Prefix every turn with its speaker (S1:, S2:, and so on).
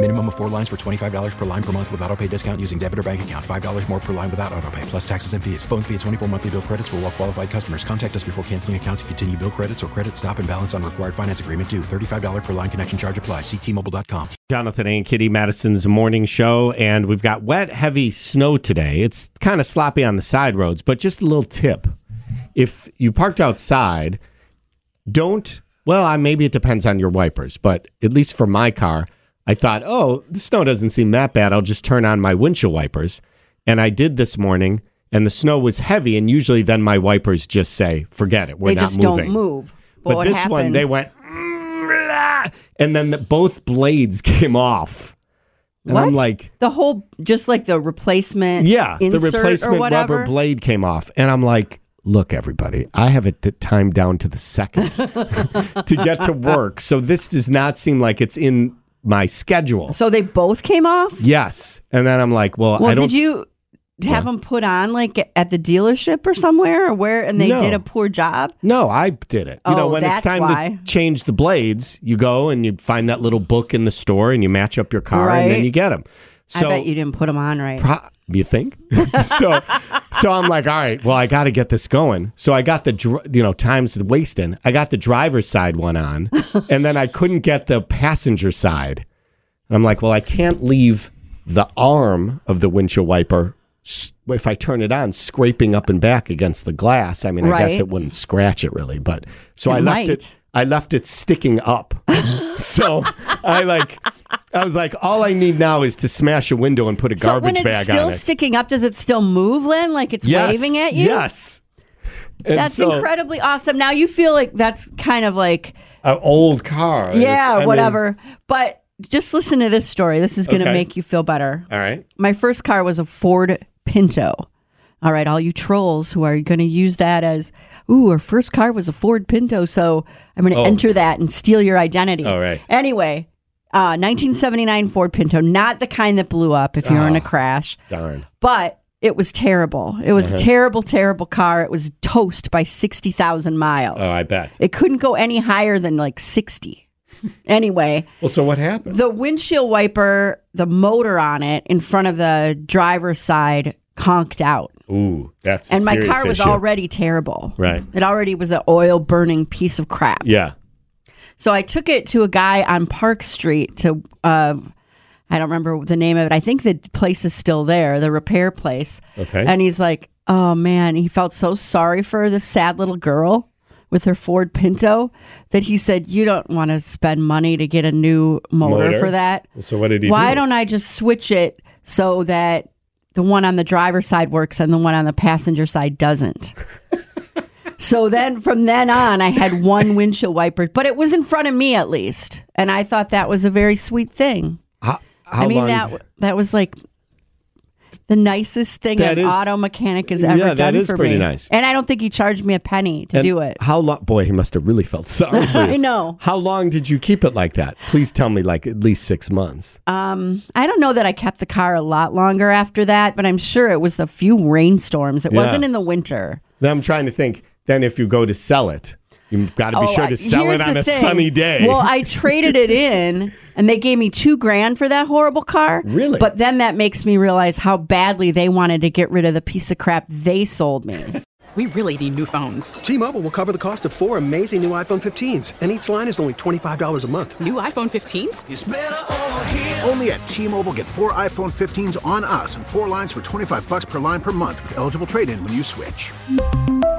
S1: Minimum of four lines for $25 per line per month with auto pay discount using debit or bank account. $5 more per line without auto pay, plus taxes and fees. Phone fee at 24 monthly bill credits for all well qualified customers. Contact us before canceling account to continue bill credits or credit stop and balance on required finance agreement due. $35 per line connection charge apply. Ctmobile.com.
S2: Jonathan and Kitty Madison's morning show, and we've got wet, heavy snow today. It's kind of sloppy on the side roads, but just a little tip. If you parked outside, don't, well, I, maybe it depends on your wipers, but at least for my car, I thought, oh, the snow doesn't seem that bad. I'll just turn on my windshield wipers. And I did this morning, and the snow was heavy. And usually then my wipers just say, forget it. We're
S3: they
S2: not
S3: just
S2: moving.
S3: don't move.
S2: But,
S3: what
S2: this
S3: happened,
S2: one, they went, "Mm, ah," and then the, both blades came off. And
S3: what?
S2: I'm like,
S3: the whole, just like the replacement.
S2: yeah, the
S3: insert or
S2: replacement
S3: whatever.
S2: rubber blade came off. And I'm like, look, everybody, I have it t- timed down to the second to get to work. So this does not seem like it's in my schedule.
S3: So they both came off.
S2: Yes. And then I'm like, well, I
S3: Well,
S2: don't.
S3: did you have them put on like at the dealership or somewhere, or where, and they
S2: No.
S3: did a poor job?
S2: no, I did it. You know,
S3: Oh,
S2: when it's
S3: that's
S2: time
S3: why.
S2: to change the blades, you go and you find that little book in the store and you match up your car and then
S3: Right.
S2: you get them. So
S3: I bet you didn't put them on right.
S2: pro- you think? so, so I'm like, all right, well, I got to get this going. So I got the, dr- you know, times the wasting. I got the driver's side one on, and then I couldn't get the passenger side. And I'm like, well, I can't leave the arm of the windshield wiper. s- If I turn it on, scraping up and back against the glass. I mean, I guess
S3: Right.
S2: it wouldn't scratch it really, but so
S3: It
S2: I left
S3: might.
S2: it. I left it sticking up. so I like, I was like, all I need now is to smash a window and put a
S3: so
S2: garbage
S3: when it's
S2: bag
S3: still
S2: on it.
S3: sticking up, does it still move, Lynn? Like it's waving at you?
S2: Yes. And
S3: That's
S2: so,
S3: incredibly awesome. Now you feel like that's kind of like,
S2: An old car. It's- I
S3: yeah,
S2: mean-
S3: whatever. but just listen to this story. This is going to
S2: Okay.
S3: make you feel better.
S2: all right.
S3: My first car was a Ford Pinto. All right, all you trolls who are going to use that as, ooh, our first car was a Ford Pinto, so I'm going to
S2: Oh.
S3: enter that and steal your identity.
S2: All right.
S3: Anyway, uh, 1979 Ford Pinto, not the kind that blew up if you were in a
S2: Ah.
S3: crash
S2: Darn.
S3: but it was terrible. It was
S2: Uh-huh.
S3: a terrible, terrible car. It was toast by 60,000 miles.
S2: Oh, I bet.
S3: It couldn't go any higher than like 60. anyway,
S2: Well, so what happened?
S3: the windshield wiper, the motor on it in front of the driver's side conked out.
S2: Ooh, that's a
S3: And my
S2: serious
S3: car was
S2: issue.
S3: already terrible.
S2: Right.
S3: It already was an oil burning piece of crap.
S2: Yeah.
S3: So I took it to a guy on Park Street to, uh, I don't remember the name of it. I think the place is still there, the repair place.
S2: Okay.
S3: And he's like, oh man, he felt so sorry for this sad little girl with her Ford Pinto that he said, you don't want to spend money to get a new motor,
S2: Motor?
S3: for that.
S2: So what did he
S3: Why
S2: do?
S3: don't I just switch it so that the one on the driver's side works and the one on the passenger side doesn't? so then from then on, I had one windshield wiper, but it was in front of me at least. And I thought that was a very sweet thing.
S2: How, how
S3: I mean,
S2: long?
S3: that, that was like the nicest thing
S2: That
S3: an
S2: is-
S3: auto mechanic has ever
S2: Yeah,
S3: done
S2: that is
S3: for
S2: pretty
S3: me.
S2: nice.
S3: And I don't think he charged me a penny to
S2: and
S3: do it.
S2: How long? Boy, he must have really felt sorry for you.
S3: I know.
S2: How long did you keep it like that? Please tell me, like at least six months.
S3: Um, I don't know that I kept the car a lot longer after that, but I'm sure it was the few rainstorms. It
S2: Yeah.
S3: wasn't in the winter.
S2: Then I'm trying to think. Then if you go to sell it, you've got to be
S3: Oh,
S2: sure
S3: I-
S2: to sell
S3: here's
S2: it on
S3: the
S2: a
S3: thing.
S2: sunny day.
S3: Well, I traded it in, and they gave me two grand for that horrible car.
S2: Really?
S3: But then that makes me realize how badly they wanted to get rid of the piece of crap they sold me.
S4: We really need new phones.
S5: T Mobile will cover the cost of four amazing new iPhone 15s, and each line is only $25 a month.
S4: New iPhone 15s?
S6: Only at T-Mobile get four iPhone 15s on us and four lines for 25 bucks per line per month with eligible trade in when you switch.